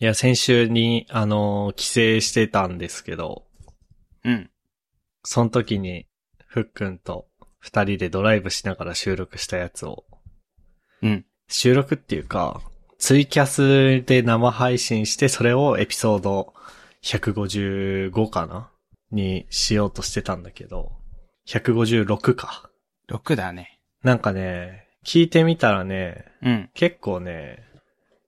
いや、先週に、あのー帰省してたんですけど、うん。その時に、ふっくんと二人でドライブしながら収録したやつを、うん。収録っていうか、ツイキャスで生配信して、それをエピソード155かなにしようとしてたんだけど、156か。 6だね。なんかね、聞いてみたらね、うん。結構ね、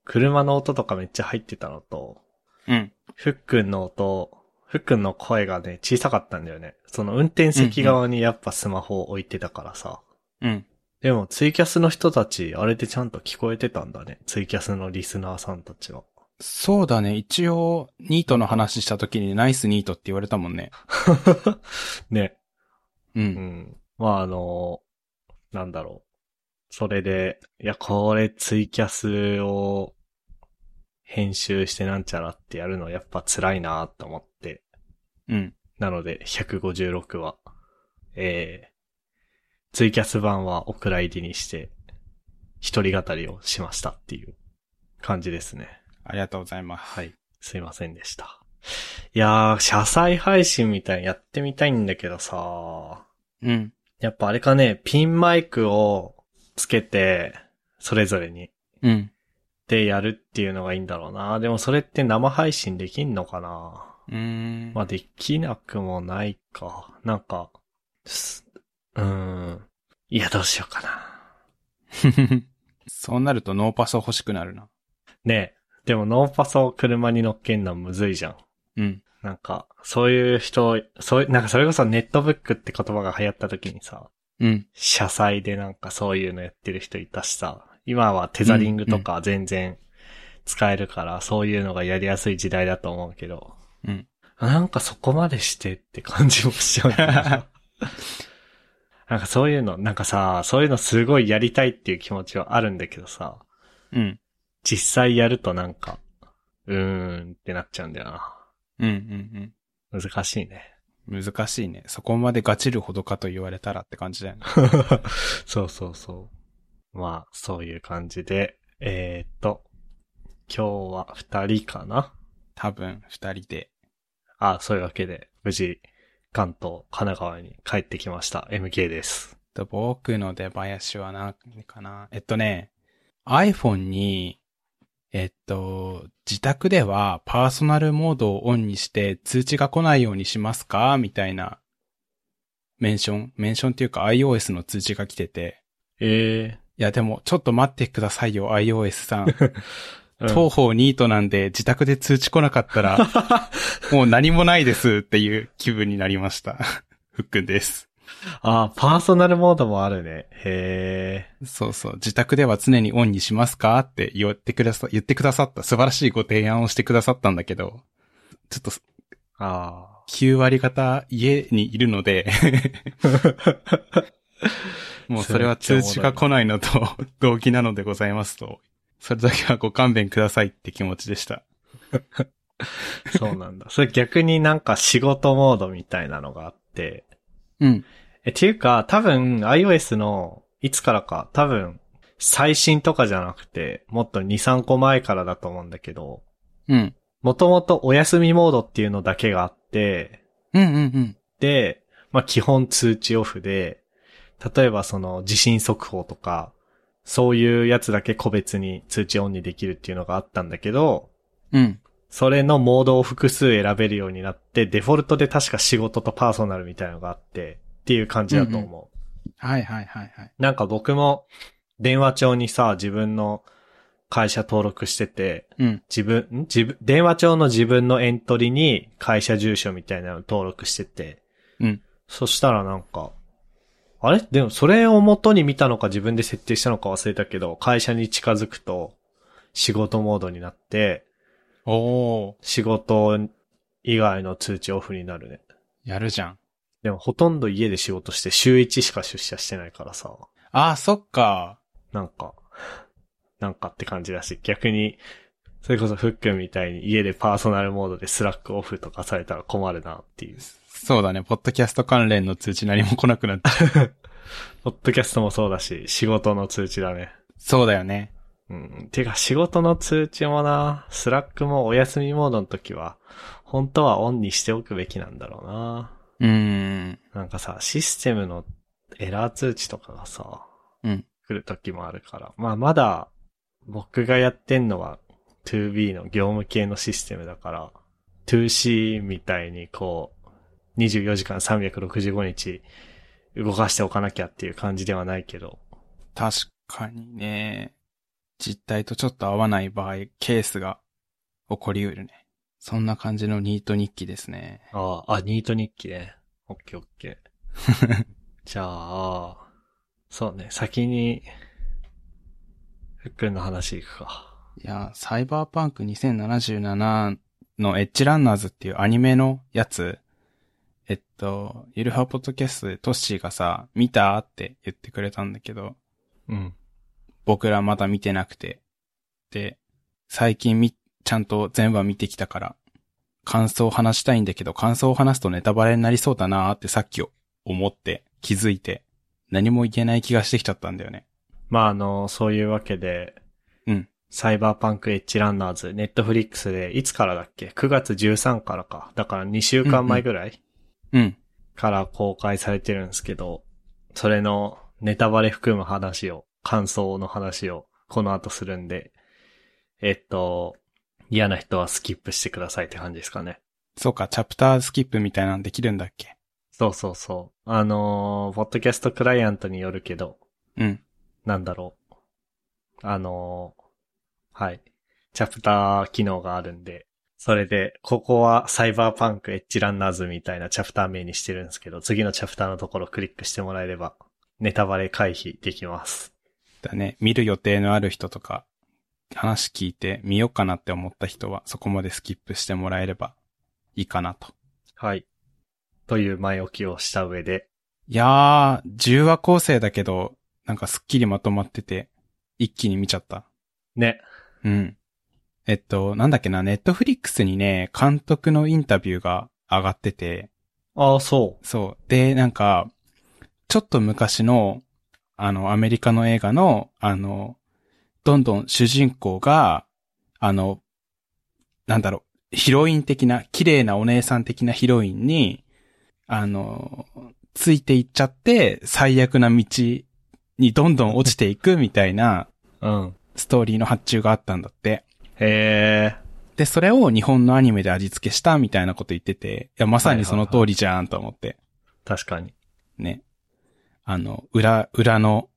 車の音とかめっちゃ入ってたのと、うん。ふっくんの音、ふっくんの声がね、小さかったんだよね。その運転席側にやっぱスマホを置いてたからさ。うん。でもツイキャスの人たち、あれでちゃんと聞こえてたんだね。ツイキャスのリスナーさんたちは。 そうだね。一応、ニートの話した時にナイスニートって言われたもんね。ね。う。うんん。まああの、なんだろう。それで、いや、これツイキャスを編集してなんちゃらってやるのやっぱ辛いなと思って。うん。なので、156は、えー、ツイキャス版はお蔵入りにして、一人語りをしましたっていう感じですね。ありがとうございます。はい。すいませんでした。いやー、車載配信みたいにやってみたいんだけどさうん。やっぱあれかね、ピンマイクをつけて、それぞれに、うん。でやるっていうのがいいんだろうな。でもそれって生配信できんのかなうーん。まあ、できなくもないか。なんか、すうーん。いや、どうしようかな。 そうなるとノーパス欲しくなるな。ねえ。でも、ノーパソを車に乗っけんのはむずいじゃん。うん。なんか、そういう人、そういう、なんかそれこそネットブックって言葉が流行った時にさ、うん。車載でなんかそういうのやってる人いたしさ、今はテザリングとか全然使えるから、そういうのがやりやすい時代だと思うけど、うん。なんかそこまでしてって感じもしちゃうんだよな なんかそういうの、なんかさ、そういうのすごいやりたいっていう気持ちはあるんだけどさ、うん。実際やるとなんか、うーんってなっちゃうんだようん。うん。な。難しいね。 うん。難しいね。そこまでガチるほどかと言われたらって感じだよね。そうそうそう。まあ、そういう感じで、えー、っと、今日は二人かな多分、二人で。あ、そういうわけで、無事、関東、神奈川に帰ってきました。MK です。と、僕の出囃子は何かな。えっとね、iPhone に、えっと、自宅ではパーソナルモードをオンにして通知が来ないようにしますかみたいな、メンション、メンションっていうか iOS の通知が来てて、えいやでもちょっと待ってくださいよ iOS さん。え当方ニートなんで自宅で通知来なかったらもう何もないですっていう気分になりました。ふっくんです。あ、パーソナルモードもあるね。へえ。そうそう。自宅では常にオンにしますかって言ってくださ、言ってくださった、素晴らしいご提案をしてくださったんだけど、ちょっとあ9割方家にいるの で、もうそれは通知が来ないのと動機なのでございますと、それだけはご勘弁くださいって気持ちでした。あ、そうなんだ。 それ逆になんか仕事モードみたいなのがあって。うん。え、っていうか、多分 iOS のいつからか、多分最新とかじゃなくて、もっと2、3個前からだと思うんだけど、うん。もともとお休みモードっていうのだけがあって、うんうんうん。で、まあ、基本通知オフで、例えばその地震速報とか、そういうやつだけ個別に通知オンにできるっていうのがあったんだけど、うん。それのモードを複数選べるようになって、デフォルトで確か仕事とパーソナルみたいなのがあって、っていう感じだと思う。はいはいはいはい。なんか僕も電話帳にさ、自分の会社登録してて、うん。自分、ん自分、電話帳の自分のエントリーに会社住所みたいなの登録してて、うん。そしたらなんか、あれでもそれを元に見たのか自分で設定したのか忘れたけど、会社に近づくと仕事モードになって、おー、仕事以外の通知オフになるね。やるじゃん。でもほとんど家で仕事して週1しか出社してないからさ、あー、そっか。なんか、なんかって感じだし、逆に、それこそフックみたいに家でパーソナルモードでスラックオフとかされたら困るなっていう。そうだね。ポッドキャスト関連の通知何も来なくなっちゃう。ポッドキャストもそうだし、仕事の通知だね。そうだよね。うん。てか仕事の通知もな、スラックもお休みモードの時は、本当はオンにしておくべきなんだろうな。うーん。なんかさ、システムのエラー通知とかがさ、うん来る時もあるから。まあまだ、僕がやってんのは 2B の業務系のシステムだから、2C みたいにこう、24時間365日動かしておかなきゃっていう感じではないけど、確かにね、実態とちょっと合わない場合、ケースが起こりうるね。そんな感じのニート日記ですね。ああ、あ、ニート日記ね。オッケーオッケ ー。じゃあ、そうね、先に、ふっくんの話いくか。いや、サイバーパンク2077のエッジランナーズっていうアニメのやつ、えっと、ゆるはポッドキャストでトッシーがさ、見たって言ってくれたんだけど、うん。僕らまだ見てなくて。で、最近み、ちゃんと全話見てきたから、感想を話したいんだけど、感想を話すとネタバレになりそうだなーってさっき思って、気づいて、何も言えない気がしてきちゃったんだよね。まあ、あの、そういうわけで、うん。サイバーパンクエッジランナーズ、ネットフリックスで、いつからだっけ ?9 月13からか。だから2週間前ぐらいうん。から公開されてるんですけど、それのネタバレ含む話を、感想の話を、この後するんで、えっと、嫌な人はスキップしてくださいって感じですかね。そうか、チャプタースキップみたいなのできるんだっけそうそうそう。あのーポッドキャストクライアントによるけど、うん。なんだろう。あのーはい。チャプター機能があるんで、それで、ここはサイバーパンクエッジランナーズみたいなチャプター名にしてるんですけど、次のチャプターのところをクリックしてもらえれば、ネタバレ回避できます。だね、見る予定のある人とか、話聞いて見ようかなって思った人は、そこまでスキップしてもらえればいいかなと。はい。という前置きをした上で、いやー、10話構成だけど、なんかすっきりまとまってて、一気に見ちゃった。ね。うん。えっと、なんだっけな、ネットフリックスにね、監督のインタビューが上がってて、ああ、そそう。で、なんか、ちょっと昔の、あの、アメリカの映画の、あの、どんどん主人公が、あの、なんだろう、ヒロイン的な、綺麗なお姉さん的なヒロインに、あの、ついていっちゃって、最悪な道にどんどん落ちていくみたいなう。うん。ストーリーの発注があったんだって。へえ。で、それを日本のアニメで味付けしたみたいなこと言ってて、いや、まさにその通りじゃんと思って。確かに。ね。あの、裏、裏の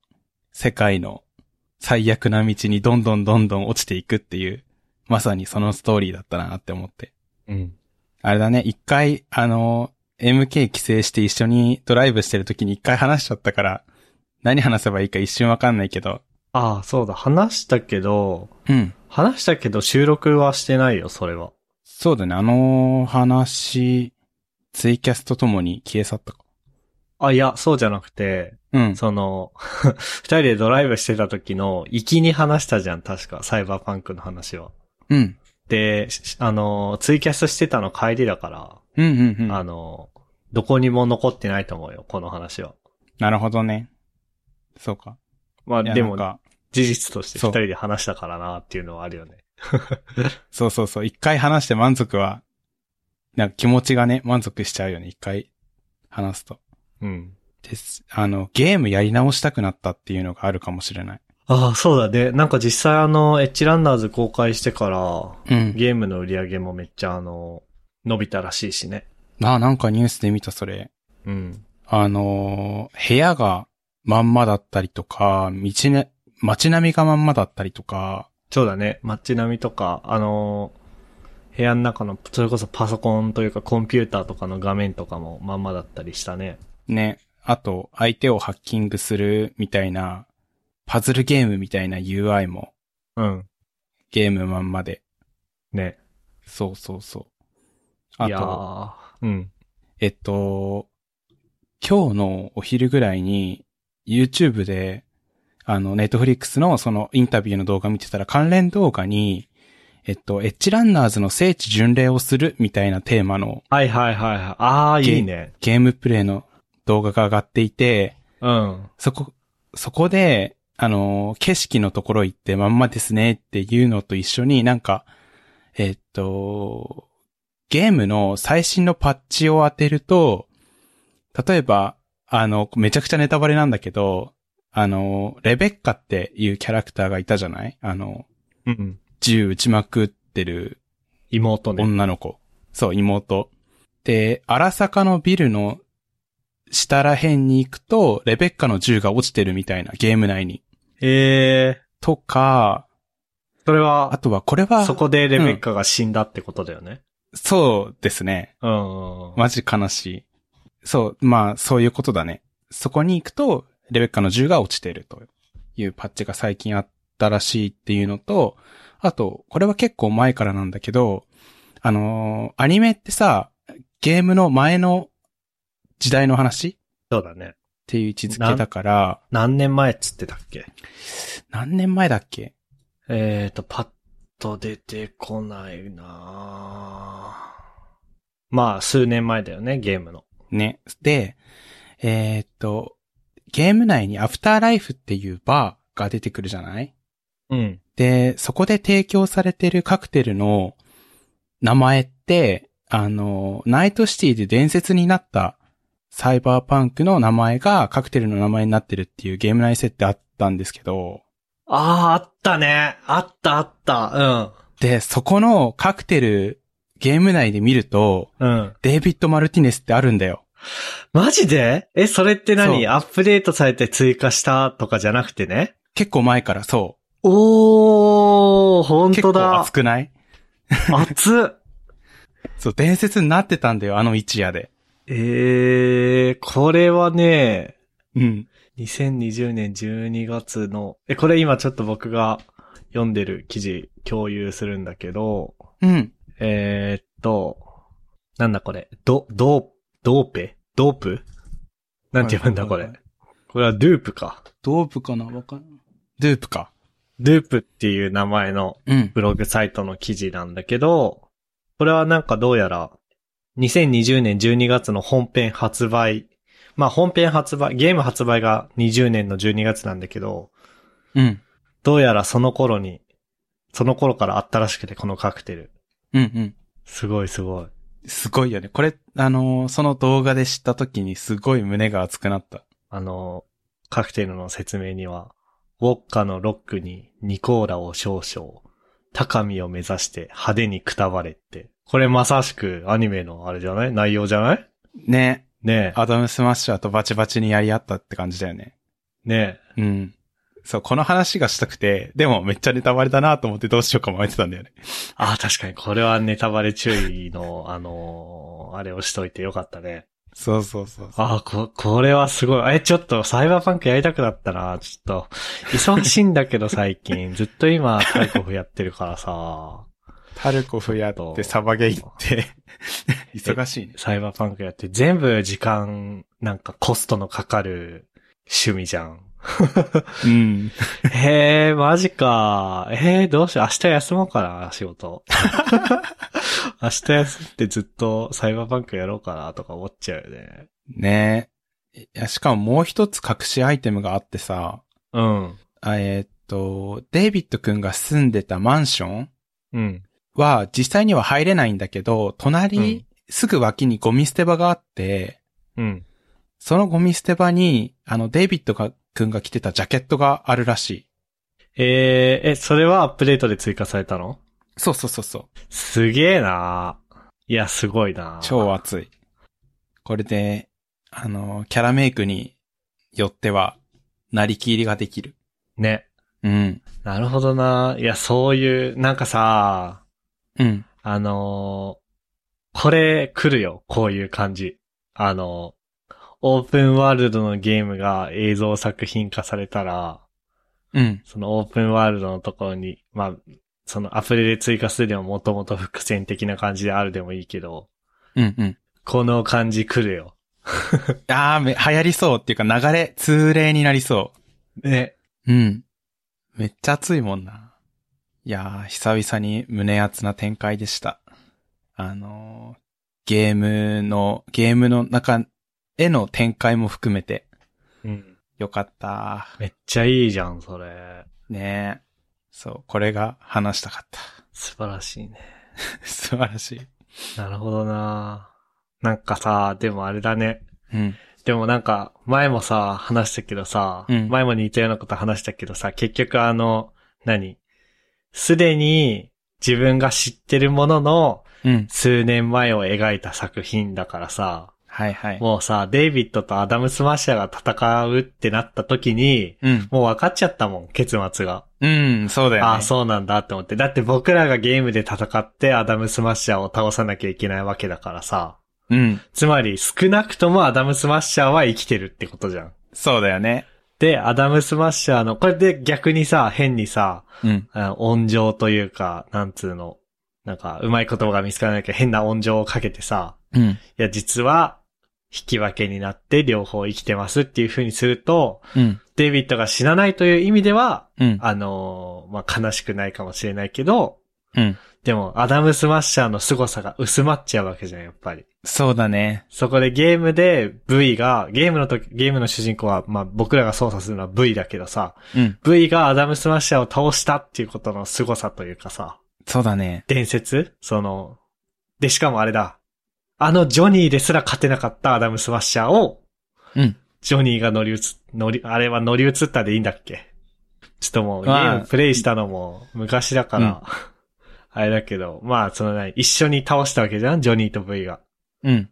世界の最悪な道にどんどんどんどん落ちていくっていう、まさにそのストーリーだったなって思って。うん。あれだね、一回、あの、MK 帰省して一緒にドライブしてる時に一回話しちゃったから、何話せばいいか一瞬わかんないけど、ああ、そうだ。話したけど、うん。話したけど収録はしてないよ、それは。そうだね、あの話、ツイキャスとともに消え去ったか。あ、いや、そうじゃなくて、うん。その、 二人でドライブしてた時の、行きに話したじゃん、確か、サイバーパンクの話は。うん。で、しあの、ツイキャスしてたの帰りだから、うんうんうん。あの、どこにも残ってないと思うよ、この話は。なるほどね。そうか。まあ、いやでなもん、か事実としてそ二う人で話したからな、っていうのはあるよね。そうそうそう。一回話して満足は、なんか気持ちがね、満足しちゃうよね。一回話すと。うん。です。あの、ゲームやり直したくなったっていうのがあるかもしれない。ああ、そうだね。なんか実際あの、エッジランナーズ公開してから、うん。ゲームの売り上げもめっちゃあの、伸びたらしいしね。あ、なんかニュースで見た、それ。うん。あのー部屋がまんまだったりとか、道ね、街並みがまんまだったりとか、そうだね。街並みとか、あのー部屋の中の、それこそパソコンというかコンピューターとかの画面とかもまんまだったりしたね。ね。あと、相手をハッキングするみたいな、パズルゲームみたいな UI もうん。ゲームまんまで。ね。そうそうそう。いやーうん。えっと、今日のお昼ぐらいに YouTube で、あの、ネットフリックスのそのインタビューの動画見てたら関連動画に、えっと、エッジランナーズの聖地巡礼をするみたいなテーマのはいはいはいはい。ああ、ゲいいね。ゲームプレイの動画が上がっていて、うん。そこ、そこで、あのー、景色のところ行ってまんまですねっていうのと一緒になんか、えっと、ゲームの最新のパッチを当てると、例えば、あの、めちゃくちゃネタバレなんだけど、あの、レベッカっていうキャラクターがいたじゃないあの、うん。銃撃ちまくってる妹ね。女の子。そう、妹。で、荒坂のビルの下ら辺に行くと、レベッカの銃が落ちてるみたいな、ゲーム内に。ええとか、ー、それあは、とはこれは、そこでレベッカが死んだってことだよね。そうですね。うん。うんマジ悲しい。そう、まあ、そういうことだね。そこに行くと、レベッカの銃が落ちてるというパッチが最近あったらしいっていうのと、あと、これは結構前からなんだけど、あのーアニメってさ、ゲームの前の時代の話っそうだね。ていう位置づけだから、何年前っつってたっけ何年前だっけえーと、パッと出てこないなぁまあ、数年前だよね、ゲームの。ね。で、えーっと、ゲーム内にアフターライフっていうバーが出てくるじゃないうん。で、そこで提供されてるカクテルの名前って、あの、ナイトシティで伝説になったサイバーパンクの名前がカクテルの名前になってるっていうゲーム内設定あったんですけど、ああ、あったね。あったあった。で、そこのカクテルゲーム内で見ると、うん。うん。デイビッド・マルティネスってあるんだよ。マジでえ、それってそう何アップデートされて追加したとかじゃなくてね。結構前からそおー、ほう。ん結と構だ熱。くない熱っ。そう、伝説になってたんだよ、あの一夜で。えー、これはね、うん。 2020年12月の、え、これ今ちょっと僕が読んでる記事共有するんだけど、うん。えーっと、なんだこれ、ど、どう、ドーペドープなんて読むんだこはいれはいは。これはドゥープか。ドープかなわかんない。ドゥープか。ドゥープっていう名前のうん。ブログサイトの記事なんだけど、これはなんかどうやら、2020年12月の本編発売、まあ本編発売、ゲーム発売が20年の12月なんだけど、うん。どうやらその頃に、その頃からあったらしくて、このカクテル。うんうん。すごいすごい。すごいよね。これ、あのーその動画で知った時にすごい胸が熱くなった。あの、カクテルの説明には、ウォッカのロックにニコーラを少々、高みを目指して派手にくたばれって。これまさしくアニメのあれじゃない内容じゃないね。ねえ。アダムスマッシャーとバチバチにやり合ったって感じだよね。ねえ。うん。そう、この話がしたくて、でもめっちゃネタバレだなと思ってどうしようか迷ってたんだよね。あ、確かにこれはネタバレ注意の、あのーあれをしといてよかったね。そうそうそうそう。あ、こ、これはすごい。え、ちょっと、サイバーパンクやりたくなったな。ちょっと、忙しいんだけど最近。ずっと今、タイコフやってるからさ。タルコフやって、サバゲ行 って、忙しいね。サイバーパンクやって、全部時間、なんかコストのかかる趣味じゃん。うん。へえ、マジか。えー、どうしよう。明日休もうかな、仕事。明日休んでずっとサイバーパンクやろうかな、とか思っちゃうよね。ねいや、しかももう一つ隠しアイテムがあってさ、うん。あえーっと、デイビッド君が住んでたマンションうん。は実際には入れないんだけど、隣、うんすぐ脇にゴミ捨て場があって、うん。そのゴミ捨て場に、あの、デイビッドが君が着てたジャケットがあるらしい。えー、え、それはアップデートで追加されたのそうそうそうそう。すげえなーいや、すごいなー超熱い。これで、あの、キャラメイクによっては、なりきりができる。ね。うん。なるほどなーいや、そういう、なんかさうん。あのーこれ来るよ、こういう感じ。あのーオープンワールドのゲームが映像作品化されたら、うん。そのオープンワールドのところに、まあ、そのアプリで追加するでももともと伏線的な感じであるでもいいけど、うんうん。この感じ来るよ。あーめ、流行りそうっていうか流れ、通例になりそう。ね。うん。めっちゃ熱いもんな。いやー、久々に胸熱な展開でした。あのーゲームの、ゲームの中への展開も含めて、うん。よかった。めっちゃいいじゃん、それ。ねえ。そう、これが話したかった。素晴らしいね。 素晴らしい。なるほどななんかさ、でもあれだね。うん。でもなんか、前もさ、話したけどさ、うん前も似たようなこと話したけどさ、結局あの、何すでに自分が知ってるもののうん。数年前を描いた作品だからさ、はいはい。もうさ、デイビッドとアダム・スマッシャーが戦うってなった時に、うん。もう分かっちゃったもん、結末が。うん、そうだよね。ああ、そうなんだって思って。だって僕らがゲームで戦ってアダム・スマッシャーを倒さなきゃいけないわけだからさ。う。うん。つまり少なくともアダム・スマッシャーは生きてるってことじゃん。そうだよね。で、アダム・スマッシャーの、これで逆にさ、変にさ、うん。あ温情というか、なんつうの、なんか、うまい言葉が見つからないけど、変な温情をかけてさ、うん。いや、実は、引き分けになって両方生きてますっていう風にすると、うん。デイビッドが死なないという意味では、うん。あのーまあ、悲しくないかもしれないけど、うん。でも、アダムスマッシャーの凄さが薄まっちゃうわけじゃん、やっぱり。そうだね。そこでゲームで V が、ゲームの時、ゲームの主人公は、まあ、僕らが操作するのは V だけどさ、うん。 V がアダムスマッシャーを倒したっていうことの凄さというかさ、そうだね。伝説その、で、しかもあれだ。あのジョニーですら勝てなかったアダムスマッシャーを、うん。ジョニーが乗り移、乗り、あれは乗り移ったでいいんだっけちょっともう、ゲまあームプレイしたのも昔だから、 あれだけど、まあ、そのね、一緒に倒したわけじゃんジョニーと V が。うん。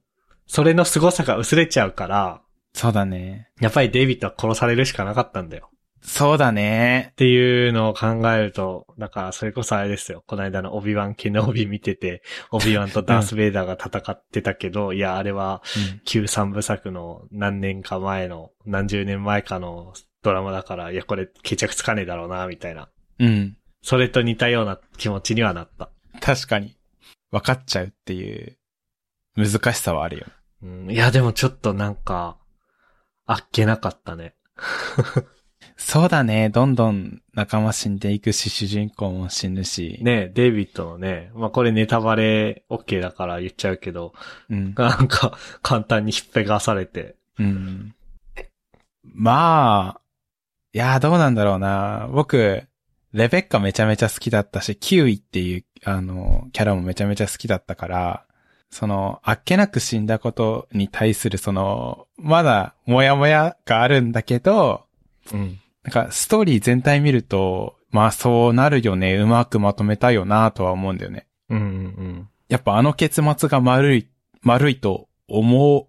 それの凄さが薄れちゃうから、そうだね。やっぱりデイビッドは殺されるしかなかったんだよ。そうだねっ。ていうのを考えると、だからそれこそあれですよ。この間のオビワン、ケノビ見てて、オビワンとダース・ベイダーが戦ってたけど、いや、あれは旧三部作の何年か前の、何十年前かのドラマだから、いや、これ決着つかねえだろうな、みたいな。うん。うん。それと似たような気持ちにはなった。確かに。分かっちゃうっていう難しさはあるよ。うん、いや、でもちょっとなんか、あっけなかったね。そうだね。どんどん仲間死んでいくし、主人公も死ぬし。。ねデイビッドのね、まあ、これネタバレ OK だから言っちゃうけど、うん。なんか簡単に引っぺがされて、うん。まあ、いや、どうなんだろうな。僕、レベッカめちゃめちゃ好きだったし、キウイっていう、あの、キャラもめちゃめちゃ好きだったから、その、あっけなく死んだことに対する、その、まだ、もやもやがあるんだけど、うん。なんか、ストーリー全体見ると、まあ、そうなるよね。うまくまとめたよな、とは思うんだよね。うんうんやっぱあの結末が丸い、丸いと思う、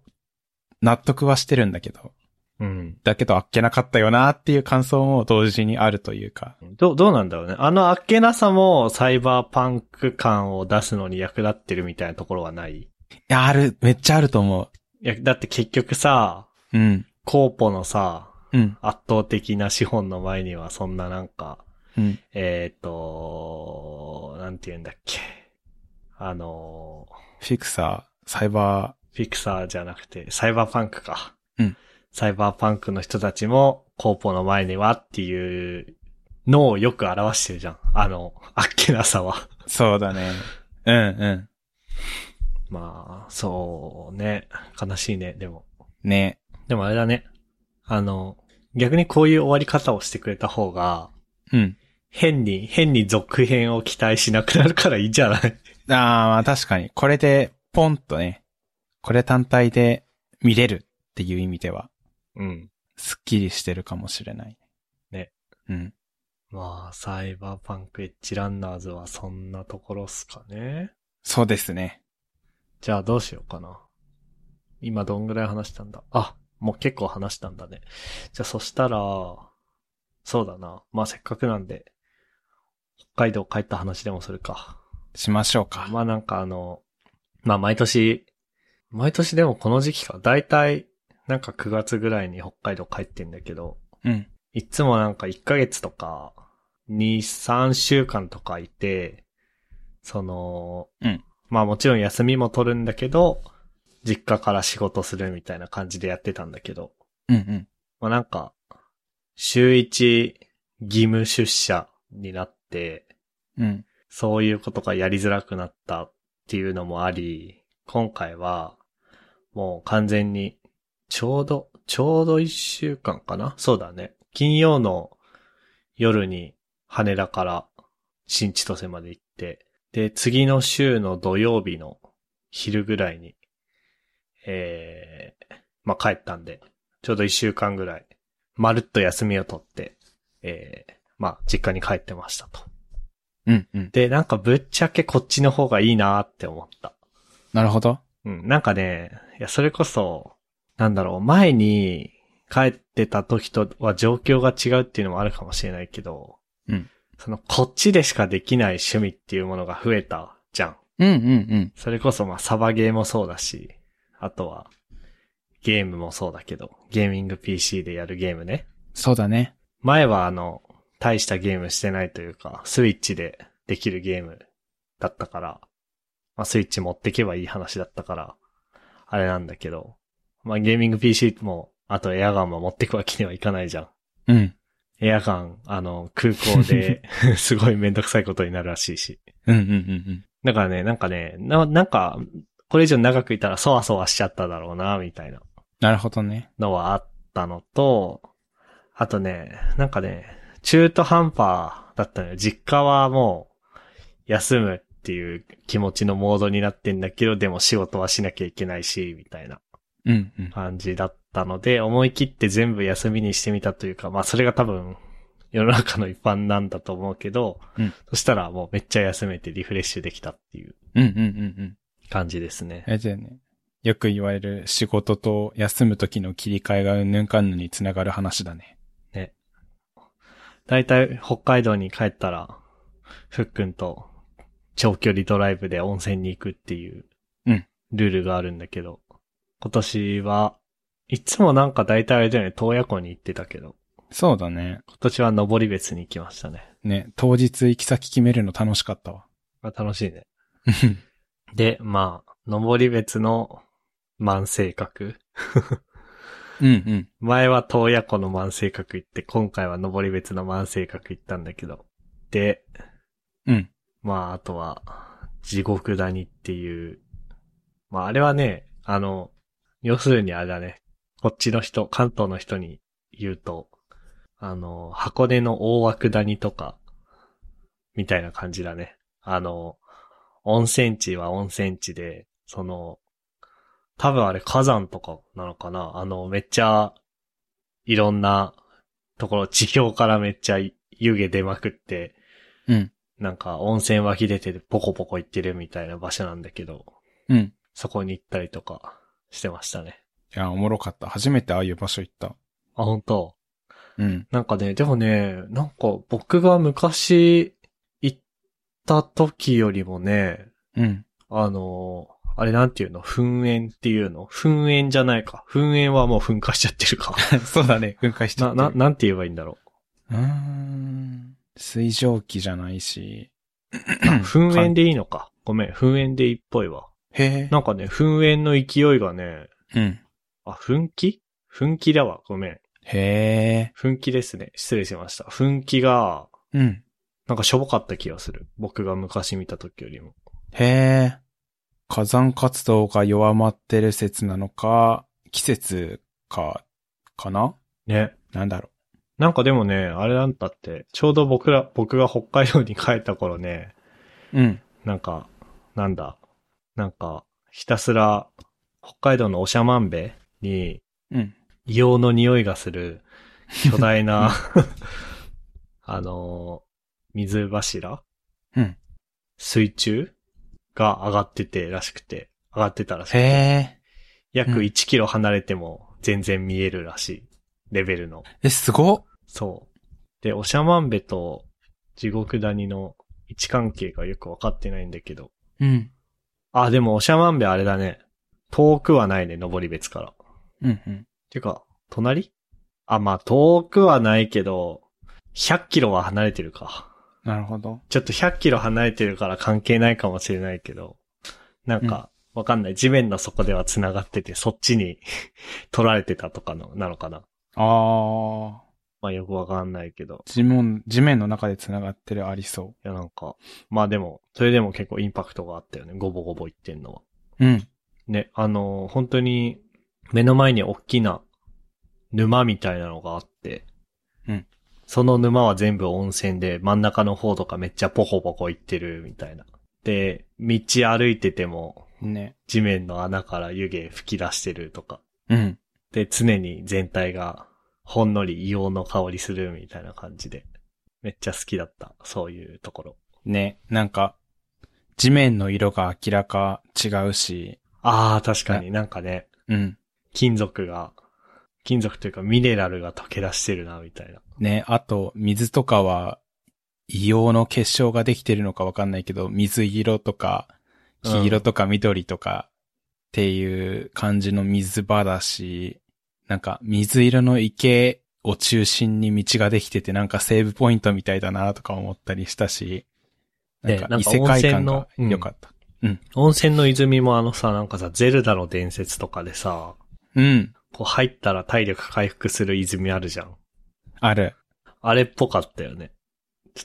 納得はしてるんだけど。うん。だけどあっけなかったよなっていう感想も同時にあるというか。うん。どう、どうなんだろうね。あのあっけなさもサイバーパンク感を出すのに役立ってるみたいなところはないいいや、ある、めっちゃあると思や、だって結局さ、う。うん。コーポのさ、うん。圧倒的な資本の前にはそんななんか、うん。えっ、ー、と、なんて言うんだっけ。あの、フィクサー、サイバフィクサーじゃなくて、サイバーパンクか。うん。サイバーパンクの人たちも、コーポの前にはっていうのをよく表してるじゃん。あの、あっけなさは。ー。そうだね。うんうまあ、そうね。悲しいね、でも。ん。ね。でもあれだね。あの、逆にこういう終わり方をしてくれた方が、うん。変に、変に続編を期待しなくなるからいいんじゃないあー、まあ確かに。これで、ポンとね。これ単体で見れるっていう意味では、うん。スッキリしてるかもしれない。ね。うん。まあ、サイバーパンクエッジランナーズはそんなところっすかね。そうですね。じゃあどうしようかな。今どんぐらい話したんだあ、もう結構話したんだね。じゃあそしたら、そうだな。まあせっかくなんで、北海道帰った話でもするか。しましょうか。まあなんかあの、まあ毎年、毎年でもこの時期か、だいたいなんか9月ぐらいに北海道帰ってんだけど、うん。いつもなんか1ヶ月とか、2、3週間とかいて、その、うんまあもちろん休みも取るんだけど、実家から仕事するみたいな感じでやってたんだけど、うんうん。まあなんか、週1義務出社になって、うん。そういうことがやりづらくなったっていうのもあり、今回は、もう完全に、ちょうどちょうど一週間かなそうだね。金曜の夜に羽田から新千歳まで行って、で、次の週の土曜日の昼ぐらいに、えー、まあ、帰ったんで、ちょうど一週間ぐらい、まるっと休みを取って、えー、まあ、実家に帰ってましたと。うんうん。で、なんかぶっちゃけこっちの方がいいなーって思った。なるほど。うん、なんかね、いや、それこそ、なんだろう、前に帰ってた時とは状況が違うっていうのもあるかもしれないけど、うん。その、こっちでしかできない趣味っていうものが増えたじゃん。うんうんうん。それこそ、まあ、サバゲーもそうだし、あとは、ゲームもそうだけど、ゲーミング PC でやるゲームね。そうだね。前はあの、大したゲームしてないというか、スイッチでできるゲームだったから、まあスイッチ持ってけばいい話だったから、あれなんだけど、まあゲーミング PC も、あとエアガンも持ってくわけにはいかないじゃん。うん。エアガン、あの、空港で、すごいめんどくさいことになるらしいし。うんうんうんうん。だからね、なんかね、な、なんか、これ以上長くいたらそわそわしちゃっただろうな、みたいな。なるほどね。のはあったのと、あとね、なんかね、中途半端だったのよ。実家はもう、休むっていう気持ちのモードになってんだけど、でも仕事はしなきゃいけないし、みたいなうんうん。感じだったので、思い切って全部休みにしてみたというか、まあそれが多分、世の中の一般なんだと思うけど、うんそしたらもうめっちゃ休めてリフレッシュできたっていううんうんうんうん。感じですねあ。れだよね。よく言われる仕事と休む時の切り替えがうんぬんかんぬんにつながる話だね。だいたい北海道に帰ったら、ふっくんと長距離ドライブで温泉に行くっていううん、ルールがあるんだけど、今年は、いつもなんかだいたいあれだよね、洞爺湖に行ってたけど、そうだね。今年は登別に行きましたね。ね、当日行き先決めるの楽しかったわ。まあ、楽しいね。で、まあ、登別の万世閣。うんうん。前は洞爺湖の万世閣行って、今回は登別の万世閣行ったんだけど、で、うん。まあ、あとは、地獄谷っていう。まあ、あれはね、あの、要するにあれだね。こっちの人、関東の人に言うと、あの、箱根の大涌谷とか、みたいな感じだね。あの、温泉地は温泉地で、その、多分あれ火山とかなのかなあの、めっちゃ、いろんなところ、地表からめっちゃ湯気出まくって、うん。なんか温泉湧き出てポコポコ行ってるみたいな場所なんだけど、うん。そこに行ったりとかしてましたね。いや、おもろかった。初めてああいう場所行った。あ、本当うん。なんかね、でもね、なんか僕が昔行った時よりもね、うん。あの、あれなんていうの噴煙っていうの噴煙じゃないか。噴煙はもう噴火しちゃってる か。 そうだね。分解しちゃな、ってな、る。なんて言えばいいんだろうーん。水蒸気じゃないし。う。あ噴煙でいいのか。ごめん、噴煙でいいっぽいわ。へえ。なんかね、噴煙の勢いがね、うん。あ、噴気噴気だわ。ごめん。へえ。噴気ですね。失礼しました。噴気が、うん。なんかしょぼかった気がする。僕が昔見た時よりも。へえ。火山活動が弱まってる説なのか、季節か、かなね。なんだろなんかでもね、あれなんだって、ちょうど僕ら、僕が北海道に帰った頃ね、う。うん。なんか、なんだ、なんか、ひたすら、北海道のおしゃまんべに、うん。硫黄の匂いがする、巨大 な、あのー水柱うん。水中が上がっててらしくて、上がってたらしくへて。え。約うん1キロ離れても全然見えるらしい。レベルの。え、すごっそう。で、おしゃまんべと地獄谷の位置関係がよくわかってないんだけど。うん。あ、でもおしゃまんべあれだね。遠くはないね、登別から。うんうん。てか、隣あ、まあ、遠くはないけど、100キロは離れてるか。なるほど。ちょっと100キロ離れてるから関係ないかもしれないけど、なんか、わかんない。地面の底では繋がってて、そっちに 取られてたとかの、なのかな。ああ。まあよくわかんないけど。地面、地面の中で繋がってるありそいやなんか、まあでも、それでも結構インパクトがあったよね。ゴボゴボ言ってんのは。う。うん。ね、あのー本当に、目の前に大きな沼みたいなのがあって、うん。その沼は全部温泉で、真ん中の方とかめっちゃポコポコ行ってるみたいな。で、道歩いてても、ね。地面の穴から湯気吹き出してるとか。うん。で、常に全体がほんのり硫黄の香りするみたいな感じで。めっちゃ好きだった。そういうところ。ね。なんか、地面の色が明らか違うし、ああ、確かになんかね、うん。金属が、金属というかミネラルが溶け出してるな、みたいな。ね。あと、水とかは、硫黄の結晶ができてるのかわかんないけど、水色とか、黄色とか緑とか、っていう感じの水場だし、なんか、水色の池を中心に道ができてて、なんかセーブポイントみたいだなとか思ったりしたし、なんねかなん異か世界感温が泉のうん良かった。温泉の泉もあのさ、なんかさ、ゼルダの伝説とかでさ、うん。こう入ったら体力回復する泉あるじゃん。ある。あれっぽかったよね。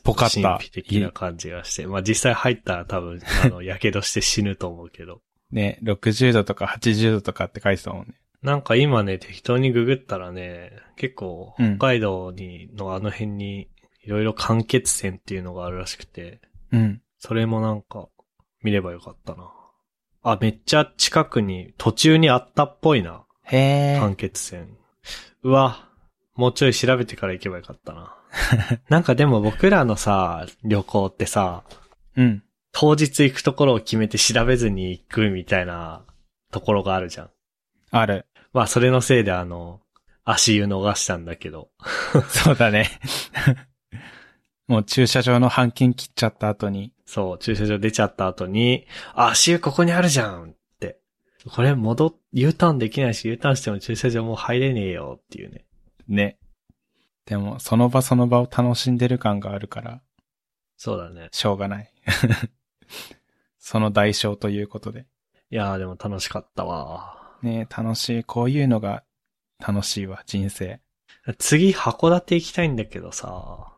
ぽかった神秘的な感じがして。まあ実際入ったら多分、あの、火傷して死ぬと思うけど。ね、60度とか80度とかって書いてたもんね。なんか今ね、適当にググったらね、結構、う北ん海道に、のあの辺に、いろいろ間欠泉っていうのがあるらしくて、うん。それもなんか、見ればよかったな。あ、めっちゃ近くに、途中にあったっぽいな。へえ。間欠泉。うわ、もうちょい調べてから行けばよかった な。なんかでも僕らのさ、旅行ってさ、うん。当日行くところを決めて調べずに行くみたいなところがあるじゃん。ある。まあそれのせいであの、足湯逃したんだけど。そうだね。 もう駐車場の半券切っちゃった後に。そう、駐車場出ちゃった後に、あ、足湯ここにあるじゃんって。これ戻っ、U ターンできないし、U ターンしても駐車場もう入れねえよっていうね。ね。でも、その場その場を楽しんでる感があるから、そうだね。しょうがない。 その代償ということで。いやーでも楽しかったわ。ね楽しい。こういうのが楽しいわ、人生。次、函館行きたいんだけどさ、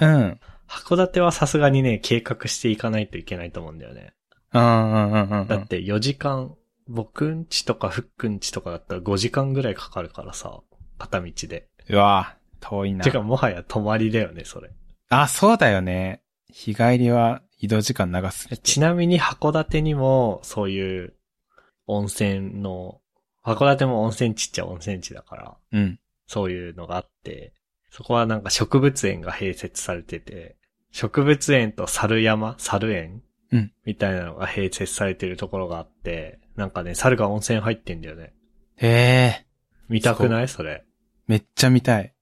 うん。うん函館はさすがにね、計画していかないといけないと思うんだよね。うんうんうんうだっん。て4時間、僕んちとかふっくんちとかだったら5時間ぐらいかかるからさ、片道で。うわ遠いなて。かもはや泊まりだよね、それ。あ、そうだよね。日帰りは移動時間長すぎて。ちなみに函館にも、そういう温泉の、函館も温泉地っちゃ温泉地だから、うん。そういうのがあって、そこはなんか植物園が併設されてて、植物園と猿山猿園うんみたいなのが併設されてるところがあって、なんかね、猿が温泉入ってんだよね。へえ、見たくないそれ。めっちゃ見たい。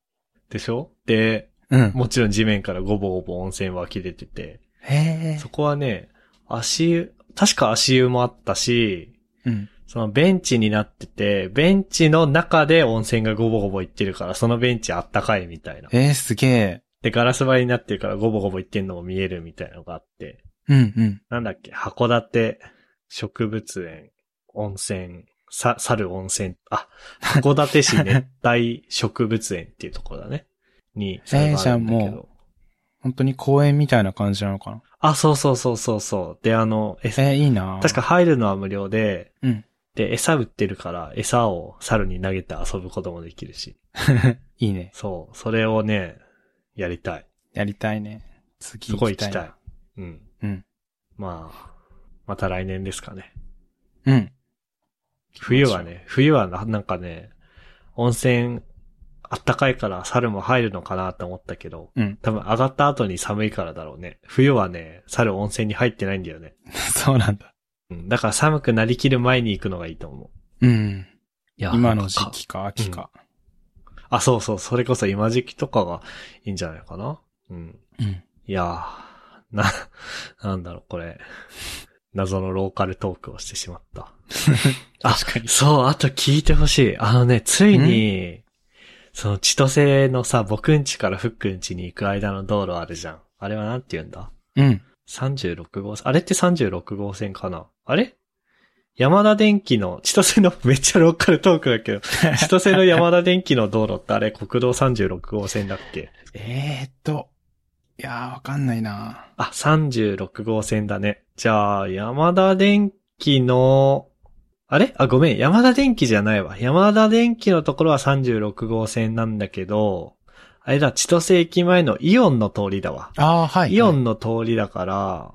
でしょで、うん。もちろん地面からごぼごぼ温泉湧き出てて、へえそこはね、足湯、確か足湯もあったし、うん。そのベンチになってて、ベンチの中で温泉がゴボゴボいってるから、そのベンチあったかいみたいな。えー、すげえ。で、ガラス張りになってるからゴボゴボいってんのも見えるみたいなのがあって、うんうん。なんだっけ、函館、植物園、温泉、さ、猿温泉、あ、函館市熱帯植物園っていうところだ ね。に、それがあるんだけどえーじゃあもう本当に公園みたいな感じなのかな。あ、そうそうそうそうそう。で、あの、ええー、いいな確か入るのは無料で、うんで、餌売ってるから、餌を猿に投げて遊ぶこともできるし。か。いいね。そう、それをね、やりたい。やりたいね。次そ行こき行たきいたいな。。うん。うん。まあ、また来年ですかね。うん。冬はね、冬はななんかね、温泉、あったかいから猿も入るのかなと思ったけど、うん 多分上がった後に寒いからだろうね。冬はね、猿温泉に入ってないんだよね。そうなんだ。うん。だから寒くなりきる前に行くのがいいと思う。うん。いや今の時。期か秋か。あ、そうそう、それこそ今時期とかがいいんじゃないかな。うん。うん。いやー、な、 なんだろう、これ。謎のローカルトークをしてしま った。あ確かに。そう、あと聞いてほしい。あのね、ついに、その千歳のさ、僕ん家からフックん家に行く間の道路あるじゃん。あれはなんて言うんだうん。 ?36 号線。あれって36号線かなあれ山田電機の、千歳の、 めっちゃローカルトークだ けど、千歳の山田電機の道路ってあれ国道36号線だっけえーっと。いやー、わかんないなあ、36号線だね。じゃあ、山田電機の、ああれあ、ごめん。山田電機じゃないわ。山田電機のところは36号線なんだけど、あれだ、千歳駅前のイオンの通りだわ。ああ、はい。イオはいンの通りだから、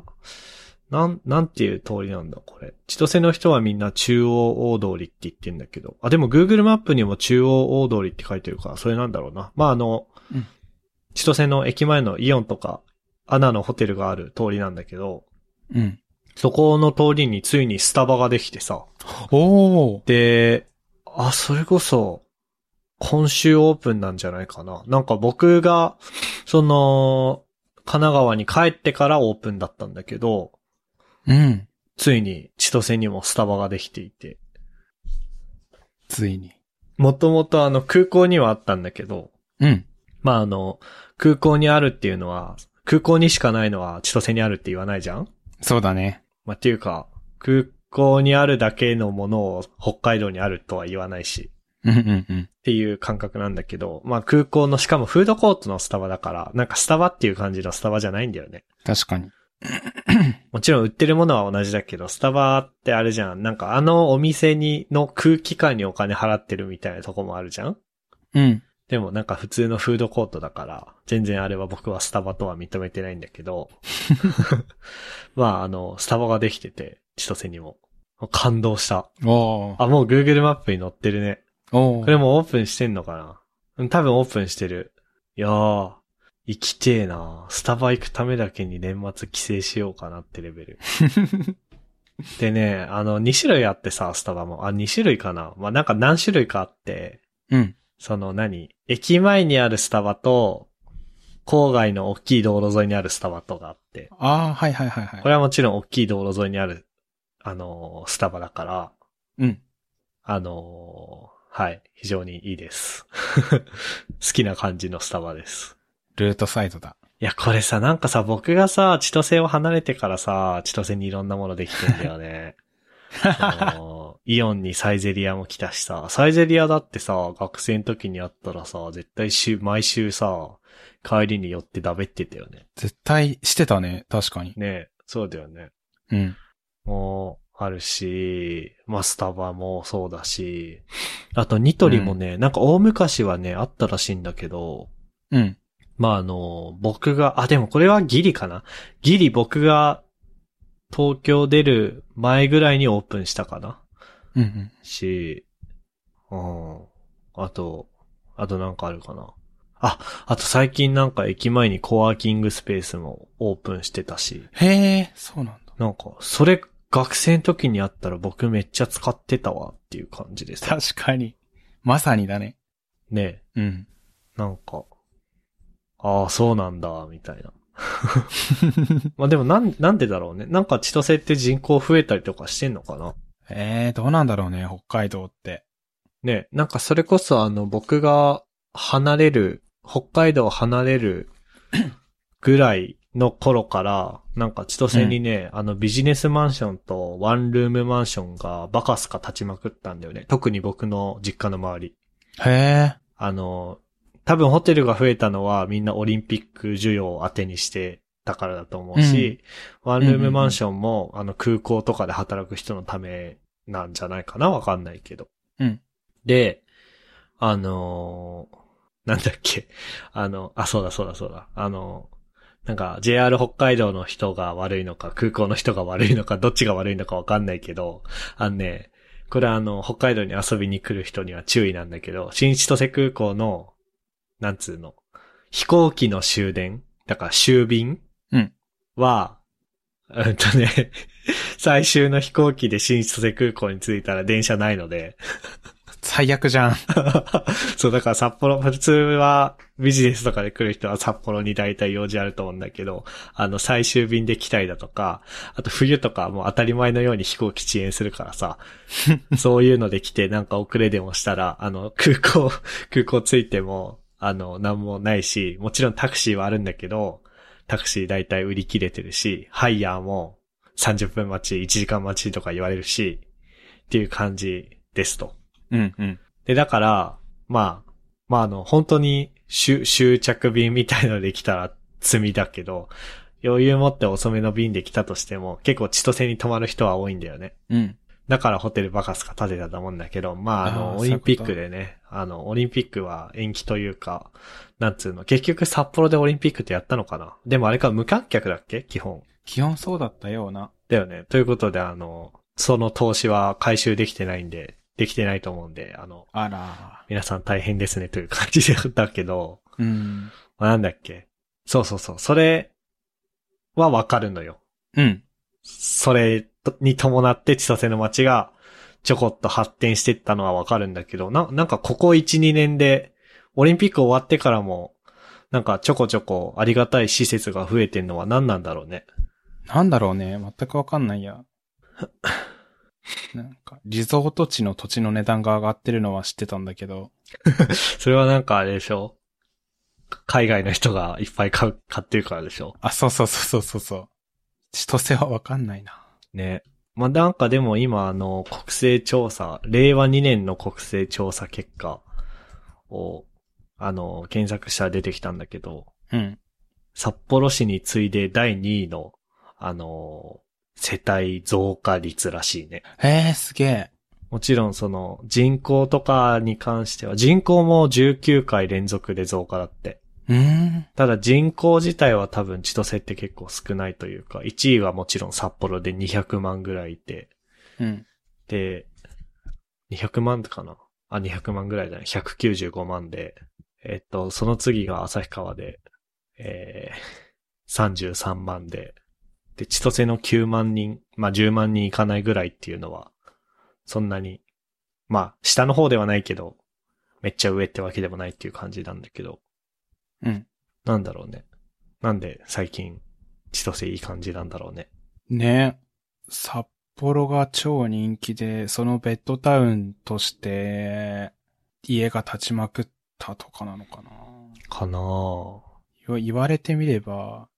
なん、なんていう通りなんだ、これ。千歳の人はみんな中央大通りって言ってんだけど。あ、でも Google マップにも中央大通りって書いてるから、それなんだろうな。まあ、あの、うん千歳の駅前のイオンとか、アナのホテルがある通りなんだけど、うん。そこの通りについにスタバができてさ。おー。で、あ、それこそ、今週オープンなんじゃないかな。なんか僕が、その、神奈川に帰ってからオープンだったんだけど、うん。ついに千歳にもスタバができていて。ついに。もともとあの空港にはあったんだけど、うん。まああの、空港にあるっていうのは、空港にしかないのは千歳にあるって言わないじゃんそうだね。まあ、っていうか、空港にあるだけのものを北海道にあるとは言わないし、うんうんうん。っていう感覚なんだけど、まあ空港のしかもフードコートのスタバだから、なんかスタバっていう感じのスタバじゃないんだよね。確かに。もちろん売ってるものは同じだけど、スタバってあれじゃん。なんかあのお店に、の空気感にお金払ってるみたいなとこもあるじゃんうん。でもなんか普通のフードコートだから、全然あれは僕はスタバとは認めてないんだけど、まああの、スタバができてて、千歳にも。感動した。おー。あ、もう Google マップに載ってるね。おー。これもオープンしてんのかなうん、多分オープンしてる。いやー、行きてえなスタバ行くためだけに年末帰省しようかなってレベル。でね、あの、2種類あってさ、スタバも。あ、2種類かなまあ、なんか何種類かあって、うん。その何駅前にあるスタバと、郊外の大きい道路沿いにあるスタバとがあって、ああ、はいはいはいはい。これはもちろん大きい道路沿いにある、あのースタバだから、うん。あのーはい、非常にいいです。 好きな感じのスタバです。ルートサイドだ。いや、これさ、なんかさ、僕がさ、千歳を離れてからさ、千歳にいろんなものできてんだよね。あのーイオンにサイゼリアも来たしさ、サイゼリアだってさ、学生の時にあったらさ、絶対週、毎週さ、帰りに寄ってダベってたよね。絶対してたね。確かに。ねえそうだよね。うん。もう、あるし、まあ、スタバもそうだし、あとニトリもね、なんか大昔はね、あったらしいんだけど、うん。まあ、あの、僕が、あ、でもこれはギリかなギリ僕が東京出る前ぐらいにオープンしたかなうんうん。し、うん。あと、あとなんかあるかなあ、あと最近なんか駅前にコワーキングスペースもオープンしてたし、へえ、そうなんだ。なんか、それ学生の時にあったら僕めっちゃ使ってたわっていう感じです。確かに。まさにだね。ねうん。なんか、ああ、そうなんだ、みたい な。まあでもなん、なんでだろうね。なんか千歳って人口増えたりとかしてんのかなえー、どうなんだろうね、北海道って。ねなんかそれこそあの僕が離れる、北海道を離れるぐらいの頃から、なんか千歳にね、あのビジネスマンションとワンルームマンションがバカスカ立ちまくったんだよね。特に僕の実家の周り。へえ。あの、多分ホテルが増えたのはみんなオリンピック需要を当てにしてたからだと思うし、ワンルームマンションも、あの空港とかで働く人のためなんじゃないかなわかんないけど。うんで、あのーなんだっけ。あの、あ、そうだそうだそうだ。あのなんか JR 北海道の人が悪いのか、空港の人が悪いのか、どっちが悪いのかわかんないけど、あのね、これはあの、北海道に遊びに来る人には注意なんだけど、新千歳空港の、なんつうの、飛行機の終電、だから終便うんは、うんとね、最終の飛行機で新千歳空港に着いたら電車ないので、最悪じゃん。 そう、だから札幌、普通はビジネスとかで来る人は札幌に大体用事あると思うんだけど、あの、最終便で来たりだとか、あと冬とかもう当たり前のように飛行機遅延するからさ、そういうので来てなんか遅れでもしたら、あの、空港、空港着いても、あの、なんもないし、もちろんタクシーはあるんだけど、タクシー大体売り切れてるし、ハイヤーも30分待ち、1時間待ちとか言われるし、っていう感じですと。うんうん。で、だから、まあ、まああの、本当に終終着便みたいのできたら罪だけど、余裕持って遅めの便で来たとしても、結構千歳に泊まる人は多いんだよね。うん。だからホテルバカスカ建てたと思うんだけど、まあ、あの、あーオリンピックでね、あの、オリンピックは延期というか、なんつうの、結局札幌でオリンピックってやったのかなでもあれか無観客だっけ基本。基本そうだったような。だよね。ということで、あの、その投資は回収できてないんで、できてないと思うんで、あの、あら。皆さん大変ですねという感じだったけど、 うん。まあなんだっけ。そうそうそう。それはわかるのよ。うん。それに伴って千歳の街がちょこっと発展してったのはわかるんだけど、な、なんかここ1、2年で、オリンピック終わってからも、なんかちょこちょこありがたい施設が増えてんのは何なんだろうね。なんだろうね。全くわかんないや。 なんか、リゾート地の土地の値段が上がってるのは知ってたんだけど。それはなんかあれでしょ海外の人がいっぱい買う、買ってるからでしょあ、そうそうそうそうそうそう。千歳はわかんないな。ね。まあ、なんかでも今あの、国勢調査、令和2年の国勢調査結果を、あの、検索したら出てきたんだけど、うん。札幌市に次いで第2位の、あのー世帯増加率らしいね。へえ、すげえ。もちろんその人口とかに関しては、人口も19回連続で増加だって。うーん。ただ人口自体は多分千歳って結構少ないというか、1位はもちろん札幌で200万ぐらいいて、うん。で、200万かなあ、200万ぐらいじゃない ?195 万で、えっと、その次が旭川で、えー、33万で、で、千歳の9万人、まあ、10万人いかないぐらいっていうのは、そんなに、まあ、下の方ではないけど、めっちゃ上ってわけでもないっていう感じなんだけど、うん。なんだろうね。なんで最近、千歳いい感じなんだろうね。ね札幌が超人気で、そのベッドタウンとして、家が建ちまくったとかなのかな。かなぁ。言わ言われてみれば、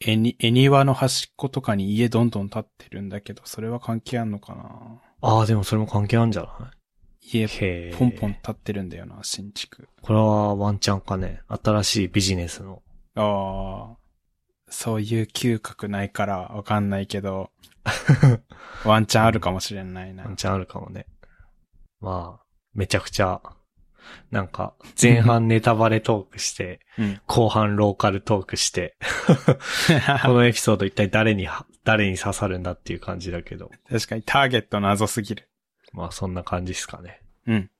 えに、え庭の端っことかに家どんどん建ってるんだけど、それは関係あんのかなああ、でもそれも関係あるんじゃな家いへえ。ポンポン建ってるんだよな、新築。これはワンチャンかね。新しいビジネスの。ああ。そういう嗅覚ないからわかんないけど、ワンチャンあるかもしれないな ワン。チャンあるかもね。まあ、めちゃくちゃ、なんか、前半ネタバレトークして、うん。後半ローカルトークして、このエピソード一体誰には、誰に刺さるんだっていう感じだけど、確かにターゲット謎すぎる。まあそんな感じですかね。うん。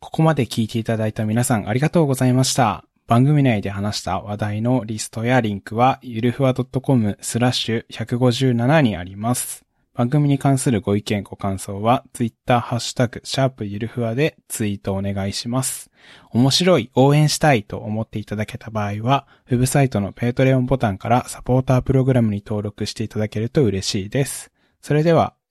ここまで聞いていただいた皆さんありがとうございました。番組内で話した話題のリストやリンクは、ゆるふわ .com スラッシュ157にあります。番組に関するご意見、ご感想は、ツイッターハッシュタグ、シャープゆるふわでツイートお願いします。面白い、応援したいと思っていただけた場合は、ウェブサイトのペイトレオンボタンからサポータープログラムに登録していただけると嬉しいです。それでは、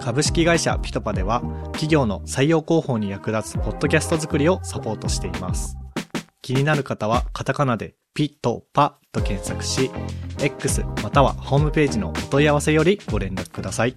株式会社ピトパでは企業の採用広報に役立つポッドキャスト作りをサポートしています気になる方はカタカナでピトパと検索し X またはホームページのお問い合わせよりご連絡ください。